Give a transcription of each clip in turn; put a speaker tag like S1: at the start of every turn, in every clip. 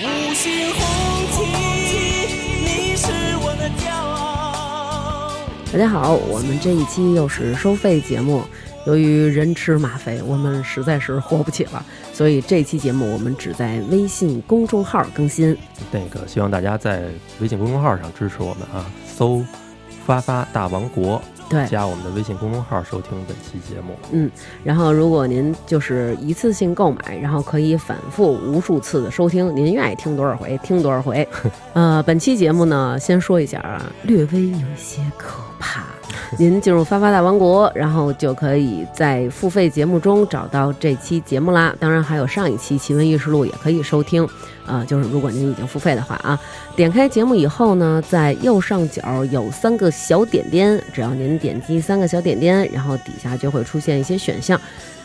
S1: 五星红旗，你是我的骄傲。
S2: 大家好，我们这一期又是收费节目。由于人吃马肥，我们实在是活不起了，所以这期节目我们只在微信公众号更新。
S3: 那个希望大家在微信公众号上支持我们啊，搜“发发大王国
S2: 对”，，
S3: 加我们的微信公众号收听本期节目。
S2: 然后如果您就是一次性购买，然后可以反复无数次的收听，您愿意听多少回听多少回。呃，本期节目呢，先说一下啊，略微有一些可怕。您进入发发大王国，然后就可以在付费节目中找到这期节目啦。当然，还有上一期《奇闻异事录》也可以收听。啊，就是如果您已经付费的话啊，点开节目以后呢，在右上角有三个小点点，只要您点击三个小点点，然后底下就会出现一些选项。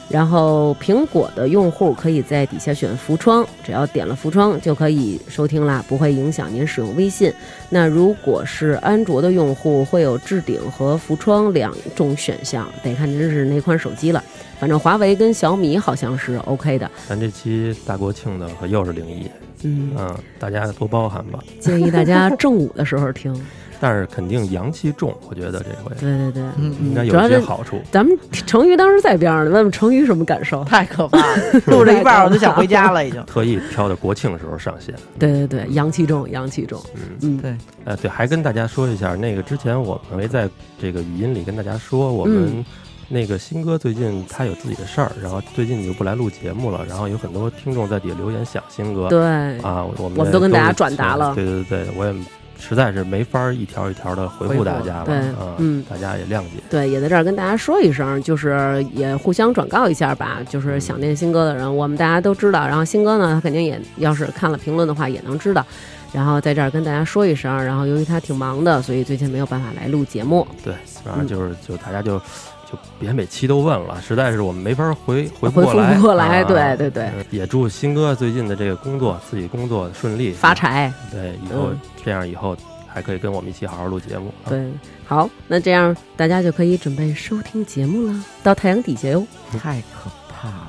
S2: 然后苹果的用户可以在底下选浮窗，只要点了浮窗就可以收听啦，不会影响您使用微信。那如果是安卓的用户，会有置顶和浮窗两种选项，得看您是哪款手机了。反正华为跟小米好像是 OK 的，
S3: 咱这期大国庆的可又是灵异，
S2: 嗯，
S3: 嗯，大家多包涵吧。
S2: 建议大家正午的时候听。
S3: 但是肯定阳气重，我觉得这回
S2: 对对对，
S3: 应该有
S2: 嗯主要
S3: 一些
S2: 是
S3: 好处。。
S2: 咱们成瑜当时在边上呢，问问成瑜什么感受？
S4: 太可怕了， 录了一半儿我就想回家了，已经
S3: 特意挑的国庆时候上线，
S2: 对对对，阳气重，阳气重。
S3: 嗯，
S2: 嗯，
S4: 对，
S3: 呃，对，还跟大家说一下，那个之前我们没在这个语音里跟大家说，我
S2: 嗯
S3: 们那个新哥最近他有自己的事儿，然后最近就不来录节目了，然后有很多听众在底下留言想新哥，
S2: 对，
S3: 啊，
S2: 哎我
S3: 我们
S2: 们
S3: 也
S2: 都
S3: 都
S2: 跟大家
S3: 是
S2: 转达
S3: 想
S2: 了
S3: 对对对，我也实在是没法儿一条一条的回
S4: 回
S3: 复
S4: 复
S3: 大家了，
S2: 对
S3: 啊，
S2: 嗯
S3: 大家也谅解。
S2: 对，也在这儿跟大家说一声，就是也互相转告一下吧。就是想念新哥的人，我们大家都知道。然后新哥呢，他肯定也要是看了评论的话，也能知道。然后在这儿跟大家说一声，然后由于他挺忙的，所以最近没有办法来录节目。
S3: 对，反
S2: 嗯
S3: 正就是就大家就就别每期都问了，实在是我们没法儿回回
S2: 回
S3: 过
S2: 复
S3: 来，
S2: 不过来，
S3: 啊
S2: 对。对对，
S3: 呃也祝新哥最近的这个工作，自己工作顺利，啊
S2: 发。财。
S3: 对，以后
S2: 嗯
S3: 这样以后还可以跟我们一起好好录节目。啊，
S2: 对，好，那这样大家就可以准备收听节目了，到太阳底下哟。
S4: 太可怕了。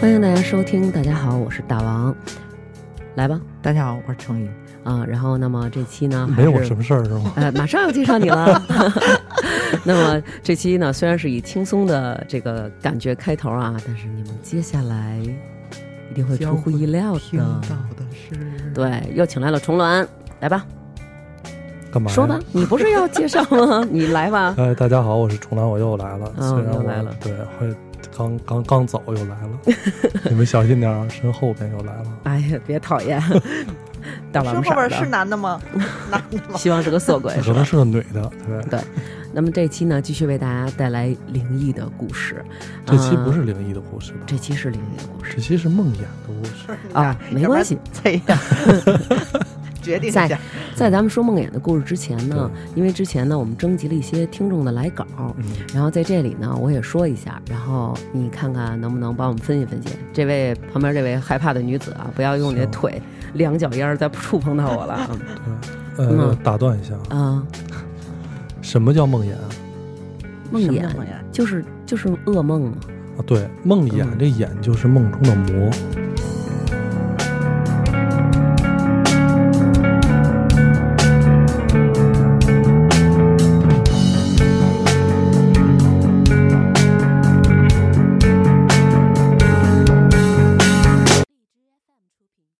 S2: 欢迎大家收听，大家好，我是大王，来吧
S4: 大家好，我是程宇。
S2: 啊，然后那么这期呢，还
S5: 没有我
S2: 是
S5: 什么事儿是吗？
S2: 呃，马上要介绍你了。 那么这期呢，虽然是以轻松的这个感觉开头啊，但是你们接下来一定会出乎意料
S4: 听
S2: 的。
S4: 到的是，
S2: 对，又请来了重峦，来吧，
S5: 干嘛？
S2: 说吧。，你不是要介绍 吗？你来吧。
S5: 哎，大家好，我是重岚，我又来了。
S2: 嗯
S5: 虽然
S2: 又
S5: 我
S2: 来了
S5: 对，会刚刚刚走又 来了，你们小心点儿，啊身后边又来了。
S2: 哎呀，别讨厌，大
S4: 是
S2: 王
S4: 后
S2: 傻
S4: 边
S2: 子
S4: 是男的 吗？男的吗？
S2: 希望是个 色鬼
S5: 这
S2: 哎是
S5: 可
S2: 吧嗯
S5: 能？是个女的，对。
S2: 那么这期呢，继续为大家带来灵异的故事。
S5: 这期不
S2: 呃，
S5: 是灵异的故事吧？
S2: 这期是灵异的故事
S5: 这期是梦魇的故事。
S2: 啊，没关系。
S4: 这样决定一
S2: 在
S4: 下，
S2: 在咱们说梦魇的故事之前呢，
S5: 对
S2: 因为之前呢，我们征集了一些听众的来稿，
S5: 嗯，
S2: 然后在这里呢，我也说一下，然后你看看能不能帮我们分析分析。这位旁边这位害怕的女子啊，不要用你的
S5: 行
S2: 腿两脚丫儿再触碰到我了 啊！
S5: 对，呃
S2: 嗯，
S5: 打断一下，
S2: 啊，
S5: 什么叫梦魇啊？
S2: 梦
S4: 什么
S2: 魇
S4: 叫梦魇
S2: 就是就是噩梦嘛。
S5: 啊对，梦魇
S2: 嗯
S5: 这魇就是梦中的魔，